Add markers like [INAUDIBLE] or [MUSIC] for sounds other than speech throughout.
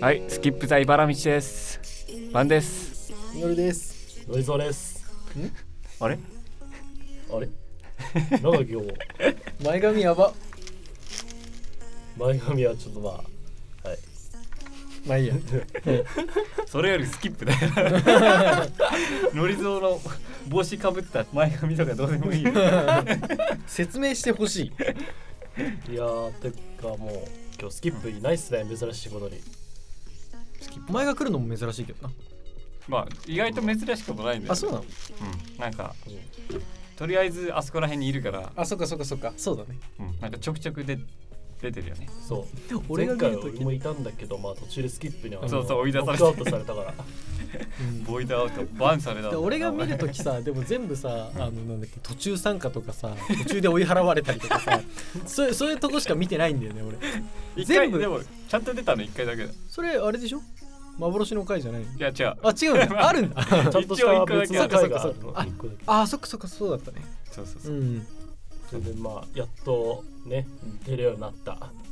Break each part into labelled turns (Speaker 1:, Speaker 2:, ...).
Speaker 1: はいスキップザイバラ道ですバンです
Speaker 2: 夜です。
Speaker 3: ノイゾーです。
Speaker 1: あれ
Speaker 3: あれなんだっけ今日
Speaker 2: [LAUGHS] 前髪やば。
Speaker 3: 前髪はちょっとまあ、はい。
Speaker 2: ま
Speaker 3: [LAUGHS]
Speaker 2: あいいや。
Speaker 1: それよりスキップだ [LAUGHS] よノリゾーの帽子かぶった前髪とかどうでもいいよ
Speaker 2: [LAUGHS] 説明してほしい。
Speaker 3: いやー、てかもう、今日スキップいないっすね、珍しいことに。
Speaker 2: お前が来るのも珍しいけどな。
Speaker 1: [LAUGHS] まあ意外と珍しくもないんだよ
Speaker 2: あ、そうなの
Speaker 1: うん、なんかとりあえずあそこら辺にいるから、
Speaker 2: あ、そっかそっかそっか。そうだね。
Speaker 1: うん、なんかちょくちょくで出てるよね
Speaker 3: そう。
Speaker 2: 俺が
Speaker 3: 前回
Speaker 2: 見るとき
Speaker 3: 俺もいたんだけど、まあ途中でスキップには
Speaker 1: そうそう追い出されて
Speaker 3: ノックアウトされ
Speaker 1: [LAUGHS]
Speaker 3: たから。
Speaker 1: ボイドアウトバンされたんだ
Speaker 2: で俺が見るとき [LAUGHS] さ、でも全部さ、あの、なんだっけ、途中参加とかさ、途中で追い払われたりとかさ、 [LAUGHS] そういうそういうとこしか見てないんだよね、俺。
Speaker 1: 一回
Speaker 2: 全部
Speaker 1: でもちゃんと出たの一回だけだい
Speaker 2: それ、あれでしょ幻の回じゃないの
Speaker 1: や違う
Speaker 2: あ、違 [LAUGHS] うんだ。あるんだ。
Speaker 3: ちゃんとした別の会があ
Speaker 2: そっ
Speaker 3: る
Speaker 2: かそ
Speaker 3: の。
Speaker 2: っかそっか
Speaker 3: 一個だけ
Speaker 2: あ、そっかそっか、そうだったね。
Speaker 1: そうそうそうう、
Speaker 2: ん。
Speaker 3: それでまあ、やっとね、出るように
Speaker 1: [LAUGHS]
Speaker 3: なった。うん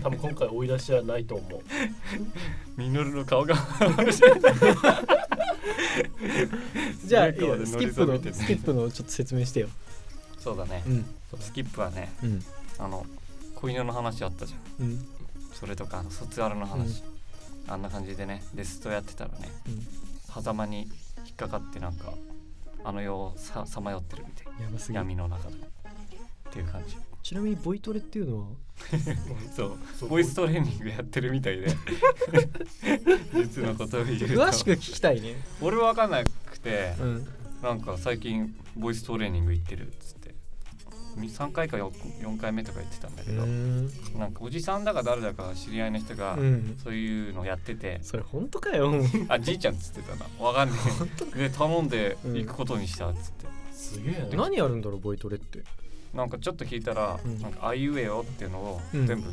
Speaker 3: 多分今回追い出しはないと思う。
Speaker 1: ミノルの顔が [LAUGHS]
Speaker 2: じゃあ、いい
Speaker 1: それか
Speaker 2: よスキップ
Speaker 1: ノリゾー見て
Speaker 2: の、
Speaker 1: る
Speaker 2: スキップのちょっと説明してよ。
Speaker 1: そうだね
Speaker 2: うん。
Speaker 1: スキップはね
Speaker 2: うん。
Speaker 1: あの子犬の話あったじゃん
Speaker 2: うん。
Speaker 1: それとかあの卒アルの話、あんな感じでねデストやってたらね狭間に引っかかってなんかあの世をささまよってるみたい
Speaker 2: やばすぎる
Speaker 1: 闇の中でっていう感じ
Speaker 2: ちなみにボイトレっていう [LAUGHS] のは
Speaker 1: そうボイストレーニングやってるみた
Speaker 2: [LAUGHS]
Speaker 1: いで実のことを言うと
Speaker 2: 詳しく聞きたいね。
Speaker 1: 俺は分かんなくて、
Speaker 2: うん。
Speaker 1: なんか最近ボイストレーニング行ってるっつって3回か 4, 回目とか言ってたんだけど、
Speaker 2: ん。
Speaker 1: なんかおじさんだか誰だか知り合いの人が、
Speaker 2: うん。
Speaker 1: そういうのやってて
Speaker 2: それ本当かよ。
Speaker 1: あじいちゃんっつってたなわかんねえで頼んで
Speaker 2: うん
Speaker 1: 行くことにしたっつって、
Speaker 3: すげえな。
Speaker 2: [LAUGHS] 何やるんだろうボイトレって。
Speaker 1: なんかちょっと聞いたら「
Speaker 2: うん
Speaker 1: なんかあいうえよ」っていうのを
Speaker 2: うん
Speaker 1: 全部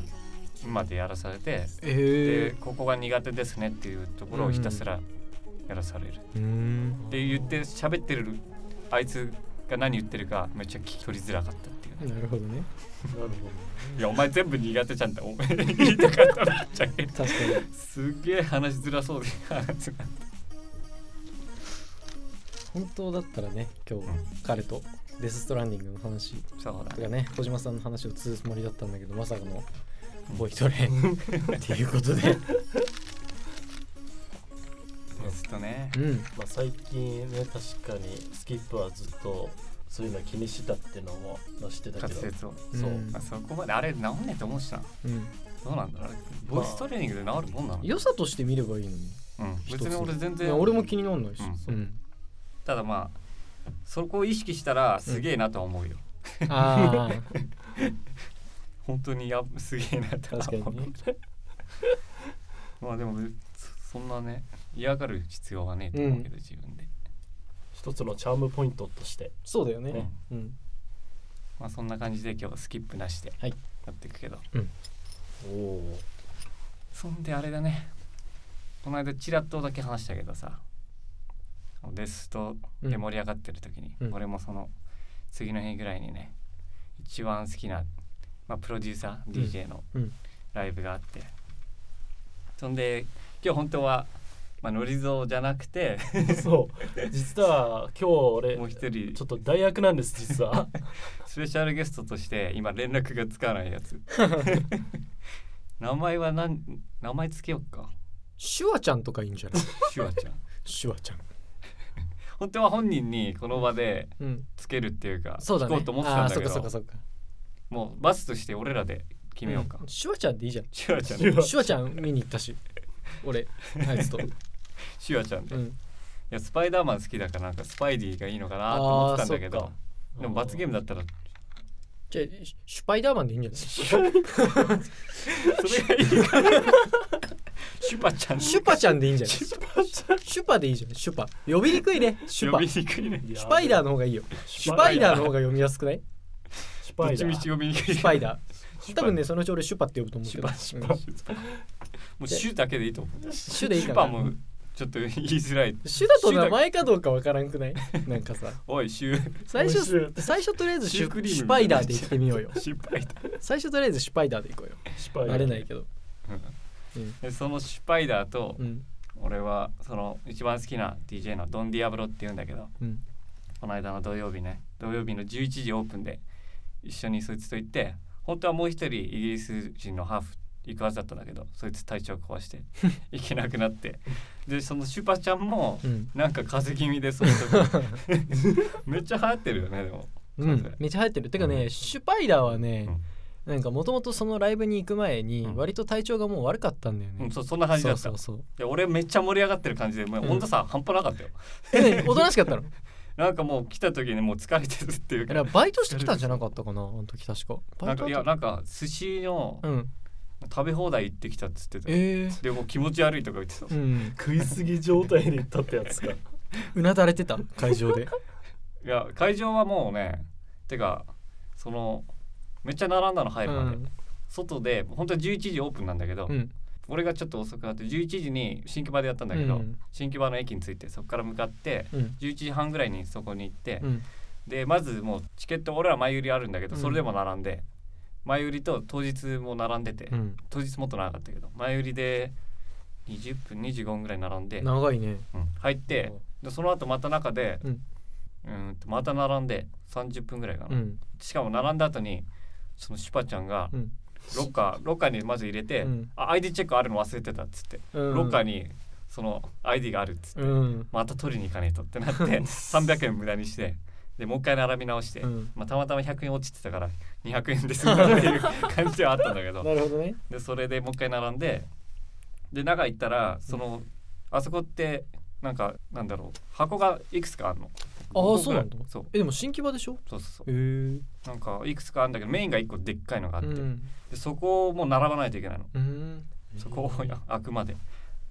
Speaker 1: 今でやらされて、
Speaker 2: え
Speaker 1: でここが苦手ですねっていうところをひたすらやらされる、
Speaker 2: え。うん。
Speaker 1: で言って喋ってるあいつが何言ってるかめっちゃ聞き取りづらかったっていうね、
Speaker 2: なるほどね。
Speaker 3: なるほど。
Speaker 1: いやお前全部苦手じゃんだお前言いたかったのにじゃけ
Speaker 2: 確かに。
Speaker 1: すげえ話しづらそうで話が
Speaker 2: 本当だったらね、今日、
Speaker 1: うん
Speaker 2: 彼とデス・ストランディングの話
Speaker 1: そうだ
Speaker 2: とかね、小島さんの話をするつもりだったんだけど、まさかのボイト [LAUGHS] レっていうことで。
Speaker 1: ずっとね
Speaker 2: うん。
Speaker 3: まあ、最近ね確かにスキップはずっとそういうの気にしてたっていうのもまあ知ってた
Speaker 1: 滑
Speaker 3: けど
Speaker 1: 舌を
Speaker 3: そう、
Speaker 2: うん
Speaker 1: まあ、そこまであれ治んねえと思うしな
Speaker 2: うん。
Speaker 1: どうなんだろうあれボイストレーニングで治るもんなの、
Speaker 2: 良さとして見ればいいのに。
Speaker 1: うん、別に俺全
Speaker 2: いや
Speaker 1: 然
Speaker 2: 俺も気にならないし。
Speaker 1: う
Speaker 2: うん。
Speaker 1: ただまあそこを意識したらすげえなとは思うよ、
Speaker 2: ああ。
Speaker 1: 本当にやすげえなとは
Speaker 2: [LAUGHS] 確か
Speaker 1: 思う
Speaker 2: にね
Speaker 1: まあでもそそんなね嫌がる必要はねえと思うけど、自分で
Speaker 3: 一つのチャームポイントとして
Speaker 2: そうだよ
Speaker 1: ね
Speaker 2: ね。うん。
Speaker 1: まあそんな感じで今日スキップなしで
Speaker 2: は
Speaker 1: や
Speaker 2: い
Speaker 1: っていくけど、
Speaker 3: おお
Speaker 1: そんであれだねこの間チラッとだけ話したけどさデスとで盛り上がってる時に、
Speaker 2: うん
Speaker 1: 俺もその次の日ぐらいにね一番好きな、まあ、プロデューサー DJ の
Speaker 2: うん
Speaker 1: ライブがあって、そんで今日本当は、まあ、ノリゾーじゃなくて
Speaker 3: そう実は今日俺
Speaker 1: もう一人
Speaker 3: ちょっと大学なんです
Speaker 1: [LAUGHS]
Speaker 3: 実は
Speaker 1: スペシャルゲストとして今連絡がつかないやつ名前は何名前つけよっか
Speaker 2: シュワちゃんとかいいんじゃない
Speaker 1: シュワちゃん
Speaker 2: シュワちゃん。
Speaker 1: 本当は本人にこの場で
Speaker 2: うん。
Speaker 1: つけるっていうか
Speaker 2: そうだね。
Speaker 1: 聞こうと思ってたんだけ
Speaker 2: あーそっか
Speaker 1: ど
Speaker 2: そっかそっか。
Speaker 1: もうバスとして俺らで決めようか、
Speaker 2: んシュワちゃんでい
Speaker 1: [LAUGHS]
Speaker 2: いじゃん。
Speaker 1: シュワちゃん
Speaker 3: シ
Speaker 1: で
Speaker 3: ュワ
Speaker 2: シュワちゃん見に行った
Speaker 1: [LAUGHS]
Speaker 2: し。俺、あいつと。
Speaker 1: シュワちゃんで、
Speaker 2: う
Speaker 1: い
Speaker 2: ん。
Speaker 1: やスパイダーマン好きだからなんかスパイディがいいのかなと思ってたんだけ
Speaker 2: あーそ
Speaker 1: ど
Speaker 2: っか
Speaker 1: でも罰ゲームだったら
Speaker 2: じゃあ、シュシュパイダーマンでいいんじゃない
Speaker 1: それがいいかなシュパちゃん
Speaker 2: シュパちゃんでいい
Speaker 1: [LAUGHS]
Speaker 2: んじゃないシュパでいいじゃん。シュパ。呼びにくいね。シュ
Speaker 1: 呼
Speaker 2: パ
Speaker 1: び。にくいね
Speaker 3: ム
Speaker 2: シュパイダーの方がいいよ。シュパイダーの方が読みやすくない
Speaker 3: シュ
Speaker 1: ど
Speaker 3: パ
Speaker 1: っ
Speaker 3: イ
Speaker 1: ち
Speaker 3: ダ
Speaker 1: み
Speaker 3: ー
Speaker 1: ち呼びにくい
Speaker 2: シュパイダー。多分ね、そのうち俺シュパって呼ぶと思う
Speaker 1: シ
Speaker 2: け
Speaker 1: ュ
Speaker 2: ど。
Speaker 1: パシュパ
Speaker 2: うん
Speaker 1: シュパもうシュだけでいいと思う
Speaker 2: シュでいい
Speaker 1: シ
Speaker 2: か
Speaker 1: ュ
Speaker 2: な
Speaker 1: パ。もちょっと言いづらい
Speaker 2: シュだと名前かどうかわからんくないなんかさ。
Speaker 1: おいシュ
Speaker 2: 最
Speaker 3: 美味し
Speaker 2: 初
Speaker 3: い
Speaker 2: 最初とりあえずシ
Speaker 1: シューク
Speaker 2: ュ
Speaker 1: リーム
Speaker 2: シュパイダーで行ってみようよ
Speaker 1: シュパイダー
Speaker 2: 最初とりあえずシュパイダーで行こうよ
Speaker 3: シュパイダー
Speaker 2: 慣れないけど
Speaker 1: うん
Speaker 2: うん
Speaker 1: でそのスパイダーと
Speaker 2: うん
Speaker 1: 俺はその一番好きな DJ のドン・ディアブロっていうんだけど
Speaker 2: うん
Speaker 1: この間の土曜日ね土曜日の11時オープンで一緒にそいつと行って本当はもう一人イギリス人のハーフ行くはずだったんだけどそいつ体調壊して
Speaker 2: [LAUGHS]
Speaker 1: 行けなくなってでそのシュパちゃんも
Speaker 2: うん
Speaker 1: なんか風邪気味でそういう
Speaker 2: [LAUGHS]
Speaker 1: とこめっちゃ流行ってるよねでも
Speaker 2: うん、めっちゃ流行ってるてかね、シュパイダーはね、なんかもともとそのライブに行く前に
Speaker 1: うん
Speaker 2: 割と体調がもう悪かったんだよね、
Speaker 1: うん、そそんな感じだった
Speaker 2: そうそうそう
Speaker 1: で俺めっちゃ盛り上がってる感じでもう
Speaker 2: うん
Speaker 1: 温度差半端なかったよ、
Speaker 2: えねおとなしかっ
Speaker 1: [LAUGHS]
Speaker 2: たの
Speaker 1: なんかもう来た時にもう疲れてるっていう
Speaker 2: え
Speaker 1: か
Speaker 2: なんかバイトしてきたんじゃなかったかなあの時確かバ
Speaker 1: な
Speaker 2: イ
Speaker 1: ん
Speaker 2: ト
Speaker 1: かい
Speaker 2: だ
Speaker 1: や
Speaker 2: った
Speaker 1: なんか寿司の
Speaker 2: うん
Speaker 1: 食べ放題行ってきたっつってたよ、
Speaker 2: ええ
Speaker 1: でもう気持ち悪いとか言ってた、
Speaker 2: うん
Speaker 3: 食いすぎ状態で行ったってやつか
Speaker 2: うなだれてた会
Speaker 1: [LAUGHS]
Speaker 2: 場で
Speaker 1: いや会場はもうねてかそのめっちゃ並んだの入
Speaker 2: う
Speaker 1: るまで、
Speaker 2: ん
Speaker 1: 外で本当は11時オープンなんだけど、
Speaker 2: うん
Speaker 1: 俺がちょっと遅くなって11時に新木場でやったんだけど、
Speaker 2: うん
Speaker 1: 新木場の駅に着いてそこから向かって
Speaker 2: うん
Speaker 1: 11時半ぐらいにそこに行って、
Speaker 2: うん
Speaker 1: でまずもうチケット俺ら前売りあるんだけど
Speaker 2: うん
Speaker 1: それでも並んで、前売りと当日も並んでて、
Speaker 2: うん
Speaker 1: 当日もっと長かったけど前売りで20分25分ぐらい並んで、
Speaker 2: 長いね
Speaker 1: うん入ってでその後また中で、
Speaker 2: うん
Speaker 1: うーんとまた並んで30分ぐらいかな、
Speaker 2: うん
Speaker 1: しかも並んだ後にそのシュパちゃんが
Speaker 2: うん
Speaker 1: ロッカーロッカーにまず入れて、
Speaker 2: うん
Speaker 1: あ ID チェックあるの忘れてたっつって、
Speaker 2: うん
Speaker 1: ロッカーにその ID があるっつって、
Speaker 2: うん
Speaker 1: また取りに行かねえとってなって300円無駄にしてでもう一回並び直して、
Speaker 2: うん
Speaker 1: まあ、たまたま100円落ちてたから200円で済んだっていう感じではあったんだけ
Speaker 2: [LAUGHS]
Speaker 1: ど
Speaker 2: なるほどね
Speaker 1: でそれでもう一回並んでで中行ったらその、あそこってなんかなんだろう箱がいくつかあるの
Speaker 2: ああそうなんだ
Speaker 1: そう
Speaker 2: えでも新規場でしょ
Speaker 1: そうそうそう
Speaker 2: へえ
Speaker 1: なんかいくつかあるんだけどメインが一個でっかいのがあって、
Speaker 2: うん
Speaker 1: でそこも並ばないといけないの
Speaker 2: うん
Speaker 1: そこをや開くまで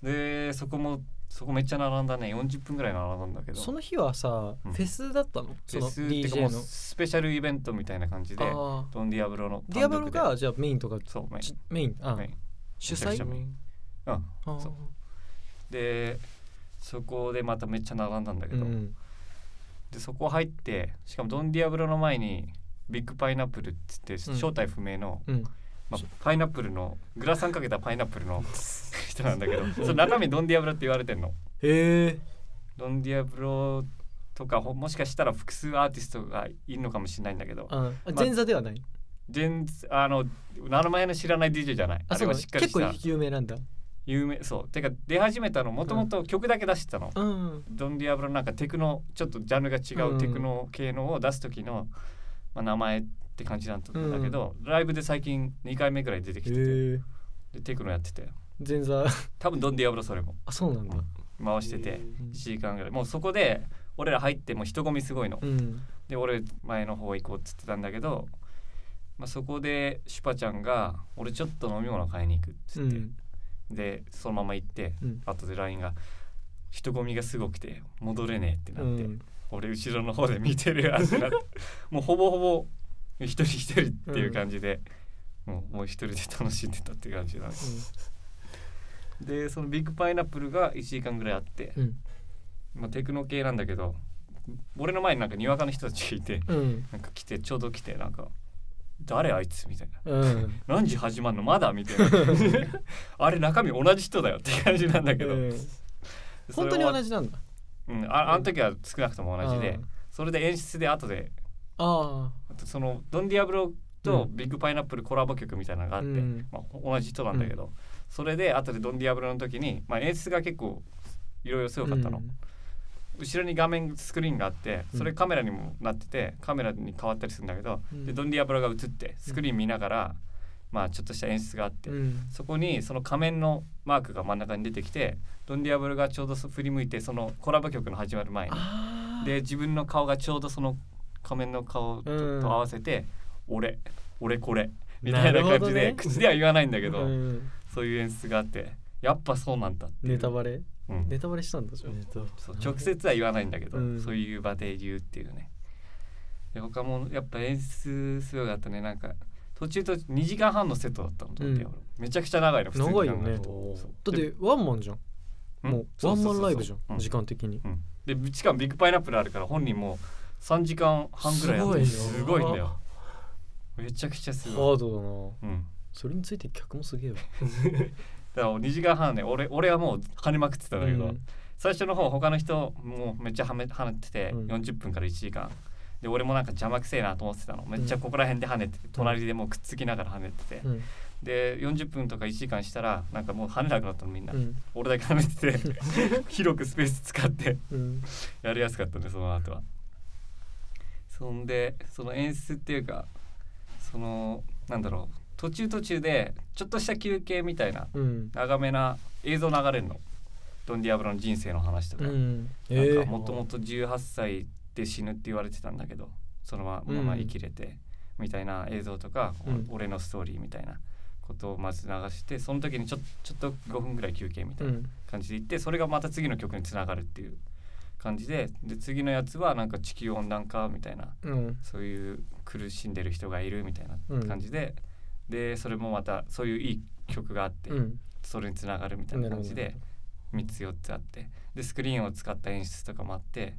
Speaker 1: でそこもそこめっちゃ並んだね40分ぐらい並んだんだけど
Speaker 2: その日はさ、
Speaker 1: うん
Speaker 2: フェスだったのそ
Speaker 1: フ
Speaker 2: の
Speaker 1: ェスっていうかも
Speaker 2: DJ
Speaker 1: う
Speaker 2: の
Speaker 1: スペシャルイベントみたいな感じで
Speaker 2: ああ
Speaker 1: ドン・ディアブロの
Speaker 2: ディアブロ
Speaker 1: 単独で
Speaker 2: がじゃあメインとか
Speaker 1: そうメイ
Speaker 2: ちメインあ
Speaker 1: ンメイン
Speaker 2: 主
Speaker 1: めちゃ
Speaker 2: 催
Speaker 1: くちゃメインうん
Speaker 2: あ
Speaker 1: そう
Speaker 2: あ
Speaker 1: でそこでまためっちゃ並んだんだけど、
Speaker 2: うん
Speaker 1: でそこ入ってしかもドン・ディアブロの前にビッグパイナップルっつって
Speaker 2: ん
Speaker 1: 正体不明の、
Speaker 2: うん
Speaker 1: まあ、パイナップルのグラサンかけたパイナップル
Speaker 2: [LAUGHS]
Speaker 1: の人なんだけどその中身ドン・ディアブロって言われてんの
Speaker 2: へえ
Speaker 1: ドン・ディアブロとかほもしかしたら複数アーティストがいるのかもしれないんだけど
Speaker 2: あ
Speaker 1: ま
Speaker 2: 前座ではない
Speaker 1: 全あの名前の知らない DJ じゃないあ
Speaker 2: あそ
Speaker 1: れ
Speaker 2: う
Speaker 1: は
Speaker 2: なの
Speaker 1: しっかり
Speaker 2: 結
Speaker 1: し
Speaker 2: 構
Speaker 1: た
Speaker 2: 有名なんだ
Speaker 1: 有名そうてか出始めたのもともと曲だけ出してたの、
Speaker 2: うん
Speaker 1: ドン・ディアブロのなんかテクノちょっとジャンルが違ううんテクノ系のを出す時の、まあ、名前って感じだったんだけど、ライブで最近2回目ぐらい出てきてて
Speaker 2: へえ
Speaker 1: でテクノやってて
Speaker 2: 前座
Speaker 1: 多分ドン・ディアブロそれも
Speaker 2: あそうなんだ
Speaker 1: 回してて
Speaker 2: うん
Speaker 1: 1時間ぐらいもうそこで俺ら入ってもう人混みすごいの、
Speaker 2: うん
Speaker 1: で俺前の方行こうっつってたんだけど、まあ、そこでシュパちゃんが「俺ちょっと飲み物買いに行く」っつ
Speaker 2: う
Speaker 1: って、
Speaker 2: ん
Speaker 1: でそのまま行って、
Speaker 2: うん
Speaker 1: 後で LINE が「人混みがすごくて戻れねえ」ってなって、
Speaker 2: うん
Speaker 1: 俺後ろの方で見てるやつ
Speaker 2: [LAUGHS]
Speaker 1: なってもうほぼほぼ一人一人っていう感じで、もうもう一人で楽しんでたっていう感じなんです、でそのビッグパイナップルが1時間ぐらいあって、
Speaker 2: うん
Speaker 1: まあ、テクノ系なんだけど俺の前になんかにわかの人たちがいて
Speaker 2: うん
Speaker 1: なんか来てちょうど来てなんか「誰あいつ?」みたいな
Speaker 2: うん
Speaker 1: 「何時始まんのまだ?」みたいな
Speaker 2: [LAUGHS]
Speaker 1: あれ中身同じ人だよって感じなんだけど、
Speaker 2: うん本当に同
Speaker 1: じ、
Speaker 2: じなんだ
Speaker 1: うん、ああの時は少なくとも同じで、
Speaker 2: うん
Speaker 1: それで演出で後で
Speaker 2: あ
Speaker 1: そのドン・ディアブロとビッグパイナップルコラボ曲みたいなのがあって、
Speaker 2: うん
Speaker 1: まあ、同じ人なんだけど、それで後でドン・ディアブロの時に、まあ、演出が結構いろいろ
Speaker 2: あ
Speaker 1: 強かったの、
Speaker 2: うん
Speaker 1: 後ろに画面スクリーンがあって
Speaker 2: うん
Speaker 1: それカメラにもなっててカメラに変わったりするんだけど、
Speaker 2: うん
Speaker 1: でドン・ディアブロが映ってスクリーン見ながら、まあ、ちょっとした演出があって、
Speaker 2: うん
Speaker 1: そこにその仮面のマークが真ん中に出てきてドン・ディアブロがちょうどそ振り向いてそのコラボ曲の始まる前に
Speaker 2: あー
Speaker 1: で自分の顔がちょうどその仮面の顔と,、
Speaker 2: うん
Speaker 1: 合わせて「俺俺これ」みたいな感じ
Speaker 2: な
Speaker 1: で、
Speaker 2: るほどね
Speaker 1: 口では言わないんだけど、
Speaker 2: うん
Speaker 1: そういう演出があってやっぱそうなんだっていう
Speaker 2: ネタバレ
Speaker 1: うん
Speaker 2: ネタバレしたんだじゃん
Speaker 1: そう直接は言わないんだけど、
Speaker 2: うん
Speaker 1: そういう場で言うっていうねで他もやっぱ演出すごかったねなんか途中と2時間半のセットだったの、
Speaker 2: うん
Speaker 1: めちゃくちゃ長いの普通に考えると
Speaker 2: 長いよね
Speaker 1: そう
Speaker 2: だってワンマンじゃん
Speaker 1: うん
Speaker 2: もうワンマンライブじゃ
Speaker 1: うん
Speaker 2: 時間的に
Speaker 1: うん、でしかもビッグパイナップルあるから本人も3時間半ぐらいやって
Speaker 2: す
Speaker 1: す
Speaker 2: ご
Speaker 1: ご
Speaker 2: いよ
Speaker 1: いんだよめちゃくちゃす
Speaker 2: ハ
Speaker 1: ごい、
Speaker 2: ードだな
Speaker 1: うん、
Speaker 2: それについて客もすげえわ
Speaker 1: だから2時間半ね俺俺はもう跳ねまくってたんだけど、
Speaker 2: うん
Speaker 1: 最初の方他の人もうめっちゃはめ跳ねてて、
Speaker 2: うん
Speaker 1: 40分から1時間で俺もなんか邪魔くせえなと思ってたのめっちゃここら辺で跳ねてて隣でもうくっつきながら跳ねてて、
Speaker 2: うん
Speaker 1: で40分とか1時間したらなんかもう跳ねなくなったのみんな、
Speaker 2: うん
Speaker 1: 俺だけ跳ねてて
Speaker 2: [LAUGHS]
Speaker 1: 広くスペース使って
Speaker 2: うん
Speaker 1: やりやすかったねその後はそんでその演出っていうかそのなんだろう途中途中でちょっとした休憩みたいな
Speaker 2: うん
Speaker 1: 長めな映像流れるのドン・ディアブロの人生の話とか、
Speaker 2: うん
Speaker 1: なん
Speaker 2: え
Speaker 1: かもともと18歳で死ぬって言われてたんだけどそのまま
Speaker 2: うん
Speaker 1: まあ生きれてみたいな映像とか、
Speaker 2: うん
Speaker 1: お俺のストーリーみたいなことをまず流してその時にちょちょっと5分ぐらい休憩みた
Speaker 2: う
Speaker 1: いなん感じで行ってそれがまた次の曲につながるっていう感じでで次のやつはなんか地球温暖化みたいな
Speaker 2: うん
Speaker 1: そういう苦しんでる人がいるみたいな
Speaker 2: うん
Speaker 1: 感じで、でそれもまたそういういい曲があって、
Speaker 2: うん
Speaker 1: それにつながるみたいな感じ
Speaker 2: な
Speaker 1: で
Speaker 2: る
Speaker 1: 3つ4つあってでスクリーンを使った演出とかもあって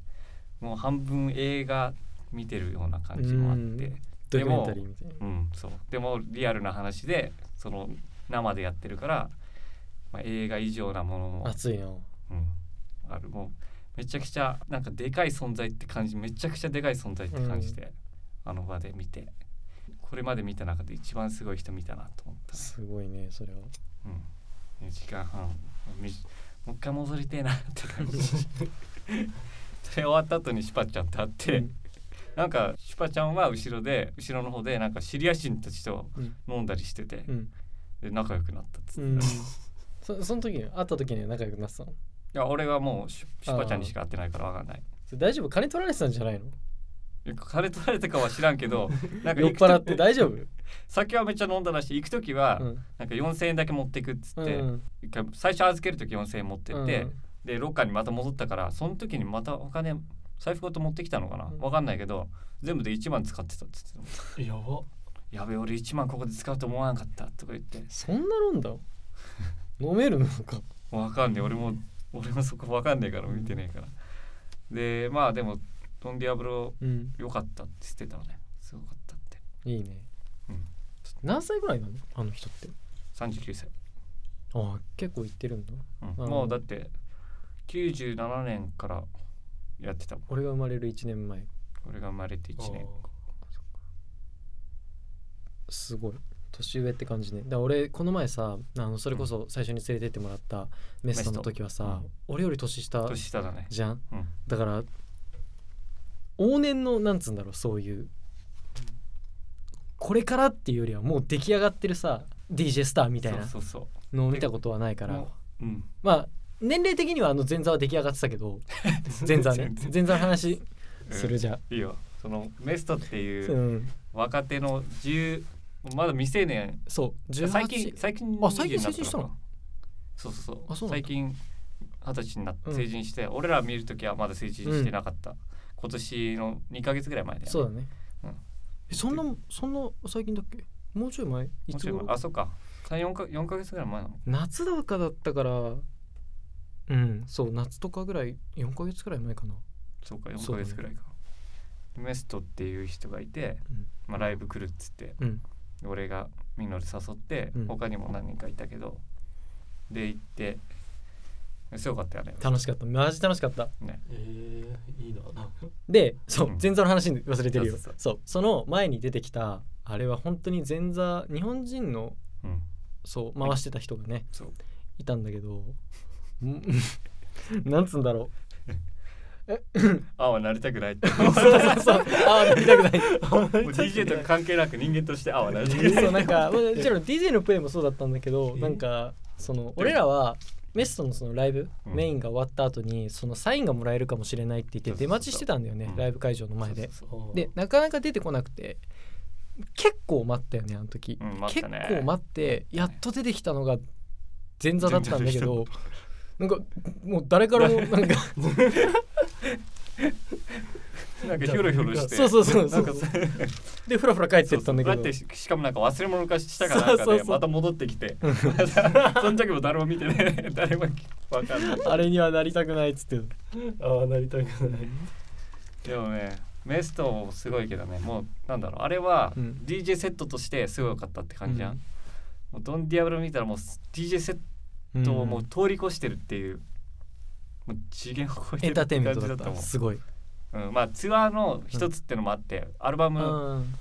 Speaker 1: もう半分映画見てるような感じもあっ
Speaker 2: うん
Speaker 1: て
Speaker 2: ドキ
Speaker 1: で
Speaker 2: ュメ
Speaker 1: も
Speaker 2: ンタリーみたいな
Speaker 1: うん、そうでもリアルな話でその生でやってるから、まあ、映画以上なものも、
Speaker 2: 熱いな
Speaker 1: うん、あるもうめちゃくちゃなんかでかい存在って感じめちゃくちゃでかい存在って感じで、あの場で見てこれまで見た中で一番すごい人見たなと思ったね。
Speaker 2: すごいねそれは
Speaker 1: うん、2時間半みもう一回戻りてえなって感じそれ終わった後にシュパちゃんと会って、
Speaker 2: うん
Speaker 1: なんかシュパちゃんは後ろで後ろの方でなんかシリア人たちと
Speaker 2: うん
Speaker 1: 飲んだりしてて、
Speaker 2: うん
Speaker 1: で仲良くなったっつって
Speaker 2: う
Speaker 1: た、
Speaker 2: ん
Speaker 1: い
Speaker 2: そその時に会った時には仲良くなってたの
Speaker 1: や俺はもうシュシュパちゃんにしか会ってないからわかんない
Speaker 2: それ大丈夫金取られてたんじゃないの
Speaker 1: 彼と誰とかは知らんけどなんか
Speaker 2: 酔
Speaker 1: 行
Speaker 2: っ
Speaker 1: くと
Speaker 2: 払って大丈夫
Speaker 1: 酒はめっちゃ飲んだらしい行く時は、
Speaker 2: うん
Speaker 1: なんか4,000円だけ持ってくっつ
Speaker 2: う
Speaker 1: って、
Speaker 2: ん
Speaker 1: 一回最初預ける時4,000円持ってって、
Speaker 2: うん
Speaker 1: でロッカーにまた戻ったからその時にまたお金財布ごと持ってきたのかな
Speaker 2: うん
Speaker 1: わかんないけど全部で1万使ってたっつってたの
Speaker 3: やば
Speaker 1: やべ俺1万ここで使うと思わなかったとか言って
Speaker 2: そんな飲んだ飲めるのか
Speaker 1: わかんねえ俺も俺もそこわかんねえから見てねえからでまあでもドンディアブロ
Speaker 2: うん
Speaker 1: 良かったって言ってたのねすごかったって
Speaker 2: いいね
Speaker 1: うん
Speaker 2: 何歳ぐらいなのあの人って
Speaker 1: 39歳、
Speaker 2: ああ結構いってるんだ
Speaker 1: うん
Speaker 2: うん
Speaker 1: もうだって97年からやってたもん
Speaker 2: 俺が生まれる1年前
Speaker 1: 俺が生まれて1年
Speaker 2: すごい年上って感じねだから俺この前さあのそれこそ最初に連れてってもらったメストの時はさ、
Speaker 1: メス
Speaker 2: 俺より年下
Speaker 1: 年下だね
Speaker 2: じゃん
Speaker 1: うん
Speaker 2: だから往年のなんつうんだろうそういうこれからっていうよりはもう出来上がってるさ DJ スターみたいな
Speaker 1: そうそう
Speaker 2: のを見たことはないか
Speaker 1: そう
Speaker 2: ら
Speaker 1: もううん
Speaker 2: まあ年齢的にはあの前座は出来上がってた
Speaker 1: [LAUGHS]
Speaker 2: けど [LAUGHS] 前座ね前座の話するじゃん、、
Speaker 1: いいよそのメストっていううん若手の10まだ未成年
Speaker 2: そう18
Speaker 1: 最近最近
Speaker 2: あ最近
Speaker 1: 20にな
Speaker 2: 成人したの
Speaker 1: かそうそうそう
Speaker 2: あそうな
Speaker 1: 最
Speaker 2: んだ
Speaker 1: 近二十歳になって
Speaker 2: うん
Speaker 1: 成人して、俺ら見るときはまだ成人してなかった、今年の2か月ぐらい前だよね
Speaker 2: そうだね、
Speaker 1: うん
Speaker 2: えそんなそんな最近だっけもうちょい前い
Speaker 1: もうち
Speaker 2: つ
Speaker 1: ょい前
Speaker 2: 頃
Speaker 1: あそうか34か4か月ぐらい前なの
Speaker 2: 夏だかだったからうんそう夏とかぐらい4ヶ月ぐらい前かな
Speaker 1: そうか4
Speaker 2: そう
Speaker 1: か
Speaker 2: だね
Speaker 1: 月ぐらいか、メストっていう人がいて、
Speaker 2: うん
Speaker 1: まあ、ライブ来るっつって
Speaker 2: うん
Speaker 1: 俺がみのり誘って、
Speaker 2: うん
Speaker 1: 他にも何人かいたけどで行ってすごかったよね
Speaker 2: 楽しかったマジ楽しかった
Speaker 1: ね
Speaker 3: えー、いいな
Speaker 2: でそう
Speaker 1: うん
Speaker 2: 前座の話に忘れてるよ
Speaker 1: そう
Speaker 2: そ
Speaker 1: そうう
Speaker 2: その前に出てきたあれは本当に前座日本人の
Speaker 1: うん
Speaker 2: そう回してた人がね
Speaker 1: そう
Speaker 2: いたんだけ
Speaker 1: [LAUGHS]
Speaker 2: どんなんつうんだろ
Speaker 1: あはなりたくない
Speaker 2: [LAUGHS]
Speaker 1: って
Speaker 2: うそうそうそうああなりたくない
Speaker 1: もう DJ
Speaker 3: [LAUGHS]
Speaker 1: とか関係なく人間としてあはなりたくない
Speaker 2: そうなんかまあもちろん DJ のプレイもそうだったんだけどなんかその俺らはメストのそのライブ、
Speaker 1: うん
Speaker 2: メインが終わった後にそのサインがもらえるかもしれないって言って
Speaker 1: そうそうそ
Speaker 2: 出
Speaker 1: う
Speaker 2: 待ちしてたんだよね
Speaker 1: うん
Speaker 2: ライブ会場の前で
Speaker 1: そうそう
Speaker 2: でなかなか出てこなくて結構待ったよねあの時、
Speaker 1: うん待っ
Speaker 2: 結
Speaker 1: たね
Speaker 2: 構待ってやっと出てきたのが前座だったんだけどなんかもう誰からもなんか [LAUGHS]
Speaker 1: そうなんかヒョロヒョロして
Speaker 2: そうそうそう
Speaker 1: なんか
Speaker 2: そうでフラフラ帰って
Speaker 1: そ
Speaker 2: っ
Speaker 1: うそ
Speaker 2: た
Speaker 1: うん
Speaker 2: だ
Speaker 1: だ
Speaker 2: け
Speaker 1: っ
Speaker 2: ど
Speaker 1: てししかもなんか忘れ物化したかなんか
Speaker 2: そうそう
Speaker 1: で
Speaker 2: そう
Speaker 1: また戻ってき
Speaker 2: [LAUGHS]
Speaker 1: てまたその時も誰も見てね誰もわかんない
Speaker 2: あれにはなりたくないっつって
Speaker 3: ああなりたくない
Speaker 1: でもねメストもすごいけどねもうなんだろうあれは
Speaker 2: うん
Speaker 1: DJ セットとしてすごかったって感じじゃん、
Speaker 2: うん
Speaker 1: もうドン・ディアブロ見たらもう DJ セッとをもうん通り越してるっていう、もう次元を超えて
Speaker 2: エン
Speaker 1: る
Speaker 2: ターテインメン
Speaker 1: 感
Speaker 2: ト
Speaker 1: じだ
Speaker 2: だっ
Speaker 1: った
Speaker 2: た
Speaker 1: もん
Speaker 2: すごい、
Speaker 1: うん、まあツアーの一つってのもあって、アルバ
Speaker 2: う
Speaker 1: ム「
Speaker 2: ん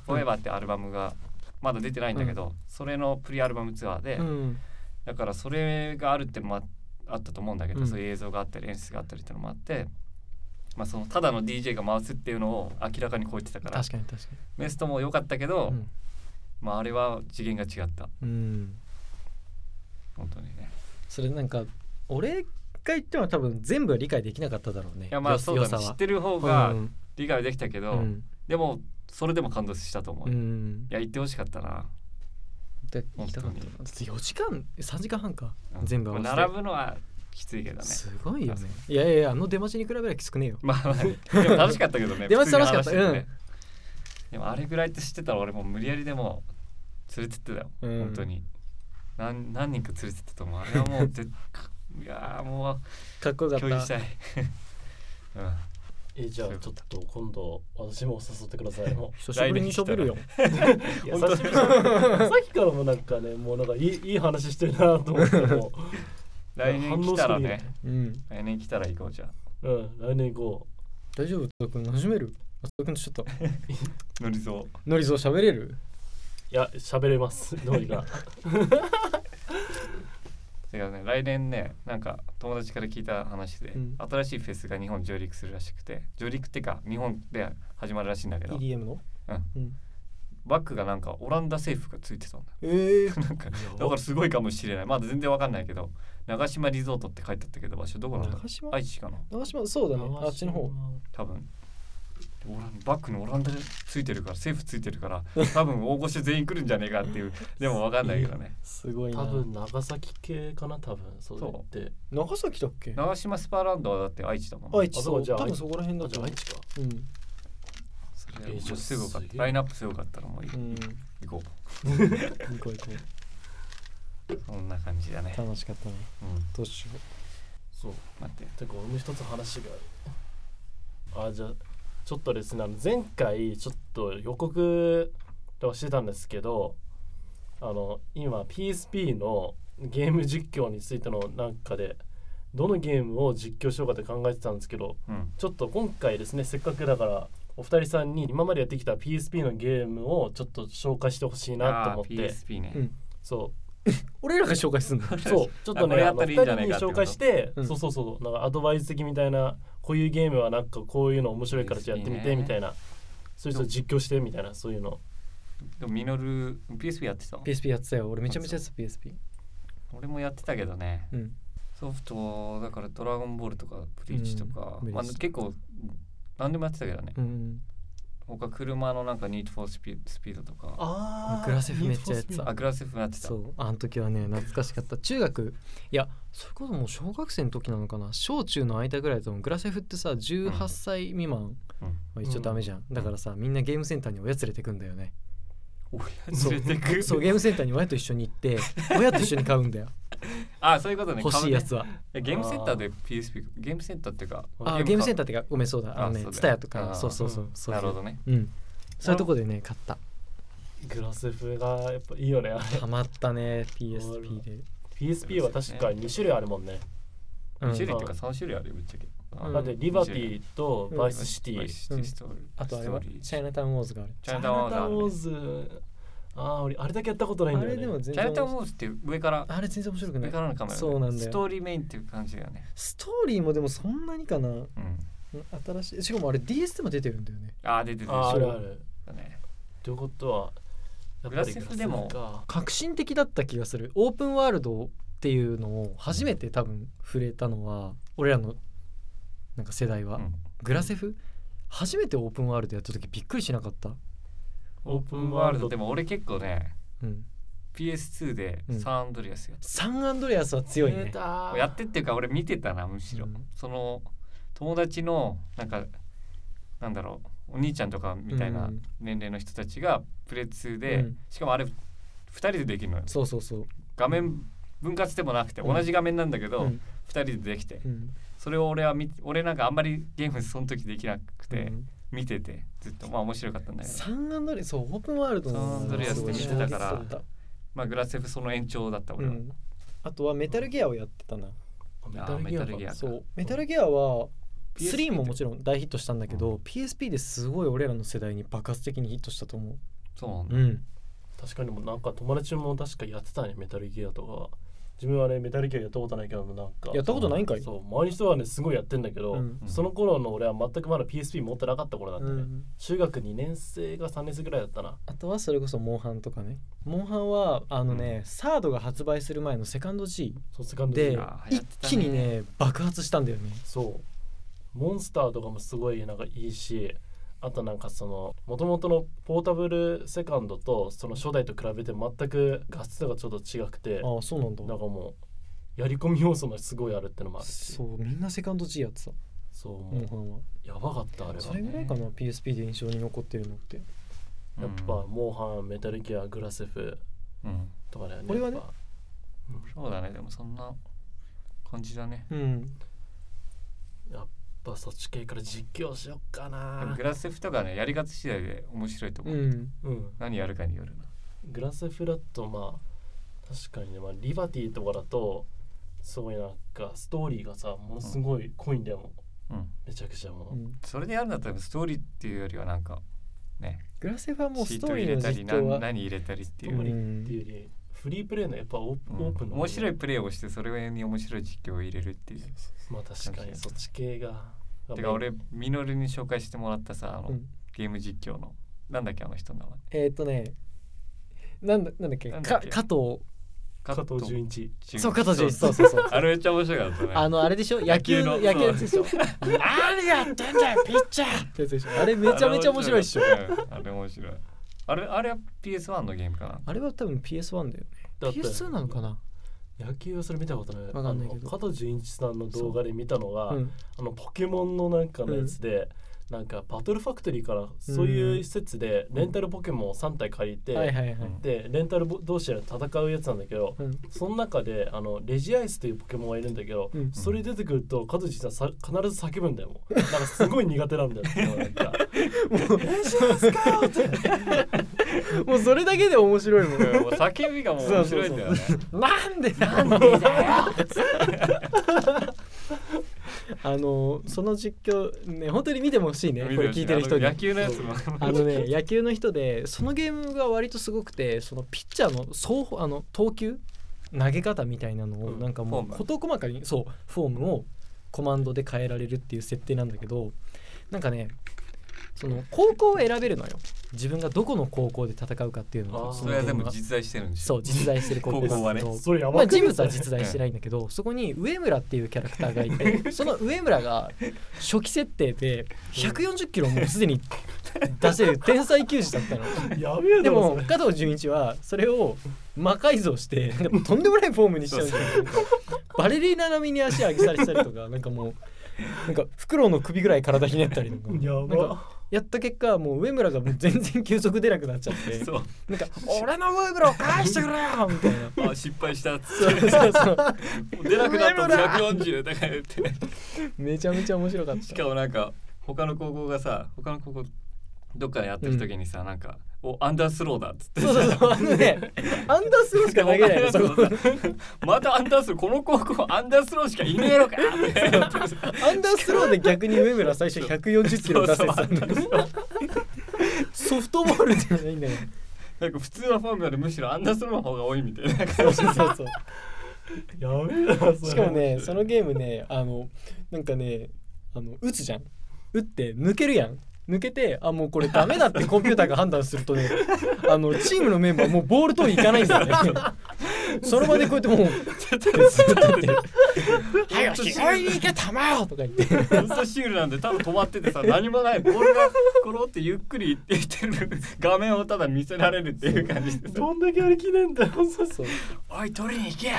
Speaker 1: フォーエバー」ってアルバムがまだ出てないんだけど、それのプリアルバムツアーで、
Speaker 2: うん
Speaker 1: だからそれがあるってのもああったと思うんだけど、
Speaker 2: うん
Speaker 1: そういう映像があったり演出があったりってのもあって、まあ、そのただの DJ が回すっていうのを明らかに超えてたから
Speaker 2: 確かに確か
Speaker 1: メストも良かったけど、
Speaker 2: に、
Speaker 1: まあ、あれは次元が違った
Speaker 2: うんうん、
Speaker 1: 本当にね
Speaker 2: それなんか俺が言っても多分全部は理解できなかっただろうね
Speaker 1: いやまあ
Speaker 2: よ
Speaker 1: そうだ
Speaker 2: 良さ
Speaker 1: ね知
Speaker 2: は
Speaker 1: ってる方が
Speaker 2: うん
Speaker 1: 理解はできたけど、
Speaker 2: うん
Speaker 1: でもそれでも感動したと思う、
Speaker 2: う
Speaker 1: い
Speaker 2: ん
Speaker 1: や行ってほしかったな、
Speaker 2: で行きたかったな
Speaker 1: 本
Speaker 2: だって4時間3時間半か、
Speaker 1: うん
Speaker 2: 全部合わせて
Speaker 1: 並ぶのはきついけどね
Speaker 2: すごいよ
Speaker 1: そ
Speaker 2: ね
Speaker 1: う
Speaker 2: いやいやいやあの出待ちに比べればきつくねえよ
Speaker 1: まあまあね、でも楽しかったけ
Speaker 2: [LAUGHS]
Speaker 1: どね
Speaker 2: 出ました楽しかった
Speaker 1: 普通に話しててねでもあれぐらいって知ってたら俺もう無理やりでも連れてってたよ、
Speaker 2: うん
Speaker 1: 本当に何何人か連れてってたもんあれはもう絶いやーも
Speaker 2: かっこよか
Speaker 1: う
Speaker 2: った
Speaker 1: 共有したい、 [LAUGHS] うん、
Speaker 3: えじゃあ
Speaker 1: そういう
Speaker 3: ち
Speaker 1: こ
Speaker 3: ょっと今度私も誘ってください
Speaker 1: [LAUGHS]
Speaker 3: もう
Speaker 2: 久しぶりに喋るよ
Speaker 3: いや久しぶり [LAUGHS] さっきからもなんかねもうなんかいいいい話してるなと思っても
Speaker 1: [LAUGHS] 来年来たらね
Speaker 2: うん
Speaker 1: 来年来たら行こうじゃあ
Speaker 3: う、うん、来年行こ
Speaker 2: 大丈夫戸田君馴染める戸田君とちょっと
Speaker 1: 乗りそう
Speaker 2: ノリゾー喋れる
Speaker 3: ういや喋れますど
Speaker 1: [LAUGHS]
Speaker 3: うにか
Speaker 1: てかね来年ねなんか友達から聞いた話で、
Speaker 2: うん
Speaker 1: 新しいフェスが日本上陸するらしくて上陸ってか日本で始まるらしいんだけど
Speaker 2: EDM の
Speaker 1: うん
Speaker 2: うん
Speaker 1: バックがなんかオランダ政府がついてたんだよ [LAUGHS]
Speaker 2: ええ
Speaker 1: なんかだからすごいかもしれないまだ全然わかんないけど長島リゾートって書いてあったけど場所どこなんだ
Speaker 2: 長島
Speaker 1: 愛知かな
Speaker 2: 長島そうだねあっちの方
Speaker 1: 多分オランバックのオランダでついてるから政府ついてるから多分大御所全員来るんじゃねえかっていうでもわかんないけどね
Speaker 2: すごい
Speaker 3: 多
Speaker 2: な
Speaker 3: 分長崎系かな多分それって
Speaker 2: 長崎だっけ
Speaker 1: 長島スパーランドはだって愛知だもんね
Speaker 2: 愛知
Speaker 3: あ
Speaker 2: そ
Speaker 3: そううじゃあ
Speaker 2: 多分そこら辺だ
Speaker 3: あじ
Speaker 2: と
Speaker 3: ゃあ
Speaker 2: 思
Speaker 3: 愛知か
Speaker 2: ううん
Speaker 1: それ
Speaker 3: えーじゃあ
Speaker 1: もうすごかっ
Speaker 3: す
Speaker 1: た
Speaker 3: げえ
Speaker 1: ラインナップすごかったらもうい
Speaker 2: うん
Speaker 1: 行こ
Speaker 2: 行こう行こ
Speaker 1: うそんな感じだね
Speaker 2: う楽しかったね
Speaker 1: うん
Speaker 2: どうしよ
Speaker 3: そう
Speaker 1: 待って
Speaker 3: てか俺も一つ話があるあじゃあちょっとですねあの前回ちょっと予告をしてたんですけどあの今 PSP のゲーム実況についてのなんかでどのゲームを実況しようかって考えてたんですけど
Speaker 1: うん
Speaker 3: ちょっと今回ですねせっかくだからお二人さんに今までやってきた PSP のゲームをちょっと紹介してほしいなと思っ
Speaker 1: あー
Speaker 3: て
Speaker 1: PSP ね
Speaker 2: う、うん
Speaker 3: そう
Speaker 2: 俺らが紹介するの
Speaker 3: そう [LAUGHS] ちょっと
Speaker 1: あこれ
Speaker 3: ね
Speaker 1: や
Speaker 3: あ
Speaker 1: っ
Speaker 3: の
Speaker 1: た
Speaker 3: 2
Speaker 1: らいいんじゃ
Speaker 3: 人
Speaker 1: ない
Speaker 3: に
Speaker 1: かってこと
Speaker 3: 紹介して、
Speaker 2: うん
Speaker 3: そうそうそうなんかアドバイス的みたいなこういうゲームはなんかこういうの面白いからじゃあやってみ
Speaker 1: い
Speaker 3: て
Speaker 1: いね
Speaker 3: みたいな、そういう人実況してみたいなそういうの
Speaker 1: でもミノル PSP やってた
Speaker 2: PSP やってたよ俺めちゃめちゃやってた PSP
Speaker 1: 俺もやってたけどね
Speaker 2: うん
Speaker 1: ソフトだから「ドラゴンボール」とか「ブリーチ」とか、
Speaker 2: うん
Speaker 1: まあ、
Speaker 2: ブリーチ
Speaker 1: 結構何でもやってたけどね、
Speaker 2: うん
Speaker 1: 他車のなんか「ニート・フォー・スピスピード」とか
Speaker 3: あ
Speaker 2: ーグラセフめっちゃやってた
Speaker 1: アグラセフもやってた
Speaker 2: そうあの時はね懐かしかった中学いやそれこそもう小学生の時なのかな小中の間ぐらいだと思うグラセフってさ18歳未満は一応ダメじゃん、だからさみんなゲームセンターに親連れてくんだよね、
Speaker 1: おや連れてく
Speaker 2: そうゲームセンターに親と一緒に行って親と一緒に買うんだよ
Speaker 1: [LAUGHS] あそういうことね
Speaker 2: 欲しいやつは、
Speaker 1: 買うねゲームセンターで PSP ゲームセンターっていうか
Speaker 2: あゲームセン
Speaker 1: ター
Speaker 2: ターってかごめんそうだあの
Speaker 1: あそ
Speaker 2: ね
Speaker 1: うだよ
Speaker 2: ツタヤとか
Speaker 1: あー
Speaker 2: そうそうそうそうい
Speaker 1: な
Speaker 2: う
Speaker 1: るほどね
Speaker 2: うんそういうとこでね買った
Speaker 3: グラセフがやっぱいいよねあれ
Speaker 2: ハマったね PSP で、
Speaker 3: PSP は確か2種類あるもんね、
Speaker 2: うん
Speaker 1: 2種類っていうか3種類あるよぶっちゃけ
Speaker 2: うん
Speaker 3: だってリバティと
Speaker 2: うん
Speaker 3: バ
Speaker 1: バ
Speaker 3: イスシティ、
Speaker 1: バイスシティストーリー
Speaker 2: あとあれは
Speaker 1: ストーリー
Speaker 2: チャイナタウンウォーズがある
Speaker 1: チャイナタウンウォーズあるね
Speaker 3: チャイナタウンウォーズあー俺あれだけやったことないん
Speaker 2: あ
Speaker 3: だよね
Speaker 2: れでも全
Speaker 1: チャイ
Speaker 2: 然
Speaker 1: ナタウンウォーズって上から
Speaker 2: あれ全然面白くな
Speaker 1: 上
Speaker 2: い
Speaker 1: からのカメラ
Speaker 2: そうなんだ
Speaker 1: ス
Speaker 2: よ
Speaker 1: トーリーメインっていう感じだよね
Speaker 2: ストーリーもでもそんなにかな
Speaker 1: うん
Speaker 2: 新しいしかもあれ DS でも出てるんだよね
Speaker 1: あー出てる
Speaker 3: あーあるある
Speaker 1: ね
Speaker 3: ということはやっぱり
Speaker 1: グラセフでも
Speaker 3: グラセフか
Speaker 2: 革新的だった気がするオープンワールドっていうのを初めて多分触れたのは俺らのなんか世代は、
Speaker 1: うん
Speaker 2: グラセフ初めてオープンワールドやった時びっくりしなかった
Speaker 1: オープンワールドでも俺結構ね
Speaker 2: うん
Speaker 1: PS2 で
Speaker 2: うん
Speaker 1: サンアンドリアスやっ
Speaker 2: サンアンドレアスは強い
Speaker 3: 出
Speaker 2: ね
Speaker 3: た
Speaker 1: やってっていうか俺見てたなむしろ、
Speaker 2: うん
Speaker 1: その友達のなんかなんだろうお兄ちゃんとかみたいうなん年齢の人たちがプレ2で、
Speaker 2: うん
Speaker 1: しかもあれ2人でできるのよ
Speaker 2: そうそうそう、
Speaker 1: 画面分割でもなくて
Speaker 2: うん
Speaker 1: 同じ画面なんだけど、
Speaker 2: うん
Speaker 1: 2人でできて
Speaker 2: うん
Speaker 1: それを俺は見俺なんかあんまりゲームその時できなくて、
Speaker 2: うん
Speaker 1: 見ててずっとまあ面白かったんだけど
Speaker 2: サンアンドレアスそうオープンワールドの
Speaker 1: サンアンドレアスって見てたから
Speaker 2: そうだった
Speaker 1: まあグラセフその延長だった
Speaker 2: う
Speaker 1: 俺は、
Speaker 2: んあとはメタルギアをやってたな
Speaker 1: あメタルギア
Speaker 3: か
Speaker 1: か
Speaker 2: そうメタルギアは
Speaker 1: PSP
Speaker 2: 3ももちろん大ヒットしたんだけど、PSP ですごい俺らの世代に爆発的にヒットしたと思
Speaker 1: そうなん
Speaker 2: う、
Speaker 1: だ、
Speaker 2: うん、
Speaker 3: 確かにもうなんか友達も確かやってたねメタルギアとか自分はねメタルギアやったことないけどなんか
Speaker 2: やったことないんかい
Speaker 3: そう周りの人はねすごいやってんだけど、
Speaker 2: うん
Speaker 3: その頃の俺は全くまだ PSP 持ってなかった頃だったね、
Speaker 2: うん
Speaker 3: 中学2年生が3年生ぐらいだったな
Speaker 2: あとはそれこそモンハンとかねモンハンはあのね、サードが発売する前のセカンド G
Speaker 3: そうセカンド G
Speaker 2: で
Speaker 1: あ流行
Speaker 2: 一
Speaker 1: ってたね
Speaker 2: 気にね爆発したんだよね
Speaker 3: そうモンスターとかもすごいなんかいいしあとなんかそのもともとのポータブルセカンドとその初代と比べて全く画質がちょっと違くて
Speaker 2: ああそうなんだ
Speaker 3: なんかもうやり込み要素がすごいあるってのもあるし
Speaker 2: そうみんなセカンド G やってた
Speaker 3: そう
Speaker 2: モ
Speaker 3: も
Speaker 2: ンハ
Speaker 3: う
Speaker 2: ンは
Speaker 3: やばかったあれは
Speaker 2: それぐらいかな PSP で印象に残ってるのって
Speaker 3: やっぱ、モンハンメタルギアグラセフ
Speaker 1: うんうん
Speaker 3: とかだよね
Speaker 2: これはね
Speaker 3: やっぱ
Speaker 1: そうだねでもそんな感じだね
Speaker 2: うん
Speaker 3: やっぱそっち系から実況しよっか
Speaker 1: でも
Speaker 3: な
Speaker 1: グラセフとかねやり方次第で面白いと
Speaker 2: う
Speaker 1: 思う、
Speaker 2: ん
Speaker 3: うん
Speaker 1: 何やるかによるな
Speaker 3: グラスフラットまあ確かにね、まあ、リバティとかだとすごいなんかストーリーがさものすごい濃いんだよ、
Speaker 1: うん
Speaker 3: めちゃくちゃもう、
Speaker 2: うん
Speaker 1: それでやるんだったらストーリーっていうよりはなんかね
Speaker 2: グラセフはもう
Speaker 1: シ
Speaker 2: ス
Speaker 1: ー
Speaker 2: ト
Speaker 1: ト
Speaker 2: ーリ
Speaker 1: 入れ
Speaker 2: ーの
Speaker 1: たり
Speaker 2: 実
Speaker 1: な
Speaker 2: 況は
Speaker 1: 何入れたりっていう
Speaker 3: う
Speaker 1: より、
Speaker 2: ん
Speaker 3: っていうよりフリープレイのやっぱオープ,、
Speaker 1: うん
Speaker 3: オープンの
Speaker 1: 面白いプレーをしてそれに面白い実況を入れるっていう
Speaker 3: まあ確かにそっち系が
Speaker 1: てか俺ミノルに紹介してもらったさあの、
Speaker 2: うん
Speaker 1: ゲーム実況のなんだっけあの人の名前
Speaker 2: えーっとねなんだなんだっけ
Speaker 1: な
Speaker 2: か
Speaker 1: んだっけ
Speaker 2: 加藤
Speaker 3: 加藤純
Speaker 1: 純
Speaker 3: 一
Speaker 1: 一
Speaker 2: そう加藤純一そううそうそう
Speaker 1: [LAUGHS] あれめっちゃ面白かったね
Speaker 2: あのあれでしょ野球の
Speaker 1: 野
Speaker 2: 野球
Speaker 1: 球の
Speaker 2: のやつでしょ何やってんだよピッチャーってやつでしょあれめちゃめちゃ面白いっしょ
Speaker 1: あれ面白かったうんあれ面白いあれあれは PS1 のゲームかな
Speaker 2: あれは多分 PS1 だよね
Speaker 3: だって
Speaker 2: PS2 なのかな
Speaker 3: 野球はそれ見たことない
Speaker 2: わかんないけど
Speaker 3: あの加藤純一さんの動画で見たのが、
Speaker 2: うん
Speaker 3: あのポケモンのなんかのやつで、なんかバトルファクトリーからそういう施設でレンタルポケモンを3体借りて、
Speaker 2: はいはいは
Speaker 1: う
Speaker 2: い
Speaker 1: ん
Speaker 3: でレンタルボ同士で戦うやつなんだけど、
Speaker 2: うん
Speaker 3: その中であのレジアイスというポケモンがいるんだけど、
Speaker 2: うん
Speaker 3: それ出てくると加藤純一さんさ必ず叫ぶんだよもうなんかすごい苦手なんだよもうなんか
Speaker 2: [LAUGHS] もうそれだけで面白いもん
Speaker 1: もう叫びがもう面白いんだよね
Speaker 2: [LAUGHS] なんでなんであのその実況ね本当に見てもほしいね
Speaker 1: 見て
Speaker 2: これ
Speaker 1: ほし
Speaker 2: 聞いてる人
Speaker 1: あの
Speaker 2: に
Speaker 1: 野球のやつも
Speaker 2: あのね [LAUGHS] 野球の人でそのゲームが割とすごくてそのピッチャーの走あの投球投げ方みたいなのを
Speaker 3: うん
Speaker 2: なんかもう
Speaker 1: フォーム
Speaker 2: 事細かにそうフォームをコマンドで変えられるっていう設定なんだけどなんかねその高校を選べるのよ自分がどこの高校で戦うかっていうの
Speaker 3: あ
Speaker 2: が
Speaker 3: ー
Speaker 1: それは全
Speaker 2: ゲーム
Speaker 1: 部
Speaker 2: が
Speaker 1: 実在してるんです
Speaker 2: そ
Speaker 1: よ
Speaker 2: う実在してる高校
Speaker 1: 高校はね
Speaker 2: [LAUGHS] そう
Speaker 3: それや
Speaker 2: ま
Speaker 3: ば
Speaker 2: あ、
Speaker 3: くない
Speaker 2: 人物は実在してないんだけどそこに上村っていうキャラクターがいてその上村が初期設定で140キロもうすでに出せる天才球児だったの。
Speaker 3: やべえ
Speaker 2: で
Speaker 3: だろ
Speaker 2: も加藤純一はそれを魔改造してなんかとんでもないフォームにしちゃうんだよなんかバレリーナ並みに足上げされてたりとかなんかもうなんかフクロウの首ぐらい体ひねったりとか
Speaker 3: それや
Speaker 2: なんか
Speaker 3: ば
Speaker 2: やった結果もう上村がもう全然球速出なくなっちゃって
Speaker 1: そう
Speaker 2: なんか「俺の上村を返してくれよ!」みたいな。
Speaker 1: あ失敗したっつ
Speaker 2: そ
Speaker 1: っ
Speaker 2: うそうそう
Speaker 1: てもう出なくなったの140だから言って
Speaker 2: [LAUGHS] めちゃめちゃ面白かっ。
Speaker 1: したかもなんか他の高校がさ他の高校どっかでやってる時にさ、なんか「おアンダースローだ」っつって
Speaker 2: そうそうそう、あのね、アンダースローしか投げないの、そこ。
Speaker 1: [LAUGHS] またアンダースローこの高校アンダースローしかいねえのか
Speaker 2: アンダースローで逆に上村最初140キロ出せてたんだけど。ソフトボールじゃないんだよ。
Speaker 1: なんか普通のファームよりむしろアンダースローの方が多いみたいな
Speaker 2: そうそうそうそう。
Speaker 3: やべえだろそれ
Speaker 2: しかもね、そのゲームね、あの、なんかね、あの、打つじゃん。打って抜けるやん。抜けて、あ、もうこれダメだってコンピューターが判断するとね、あの、チームのメンバーもうボールといかないんだよね。その場でこうやってもう、ずっとやって早く拾いに行け、球をとか言って。
Speaker 1: ホントシールなんでただ止まっててさ何もないボールがコロってゆっくりいっていってる画面をただ見せられるっていう感じでさ
Speaker 3: どんだけ歩きねえんだよそう
Speaker 2: そう
Speaker 1: 「おい取りに行けよ!」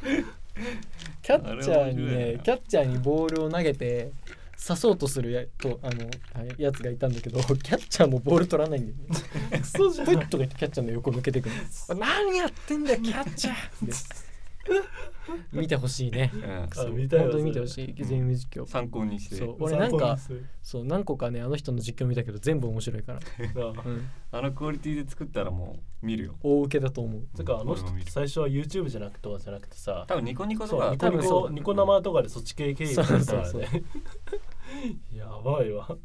Speaker 1: あれ面白い
Speaker 2: キャッチャーにね
Speaker 1: な
Speaker 2: キャッチャーにボールを投げて刺そうとするやとあのはいやつがいたんだけどキ [LAUGHS] ャッチャーもボール取らないんだよね
Speaker 3: クソじゃ
Speaker 2: プイ
Speaker 3: ない
Speaker 2: ッとか言ってキャッチャーの横向けてくる何やってんだよキャッチャーって見てほしいね
Speaker 1: うん
Speaker 3: あ
Speaker 2: そう
Speaker 3: 見たいわ
Speaker 2: 本当に見てほしい
Speaker 1: れ
Speaker 2: ゲーム実況
Speaker 1: 参考にして
Speaker 2: そう俺なん
Speaker 3: 参考
Speaker 2: か
Speaker 3: にする
Speaker 2: そう何個かねあの人の実況見たけど全部面白いから、
Speaker 3: [LAUGHS] なあ
Speaker 2: うん、
Speaker 1: あのクオリティで作ったらもう見るよ
Speaker 2: 大受けだと思う
Speaker 3: てかあの人
Speaker 1: 俺も見る
Speaker 3: 最初は YouTube じゃなくてじゃなくてさ
Speaker 1: 多分ニコニコと
Speaker 3: そう
Speaker 1: か
Speaker 3: ニコニ
Speaker 2: 多分そ
Speaker 3: コ
Speaker 2: う
Speaker 3: ニコ生とかでそっち系経由
Speaker 2: そう
Speaker 3: か
Speaker 2: そう
Speaker 3: ら
Speaker 2: そう
Speaker 3: ね [LAUGHS] やばいわ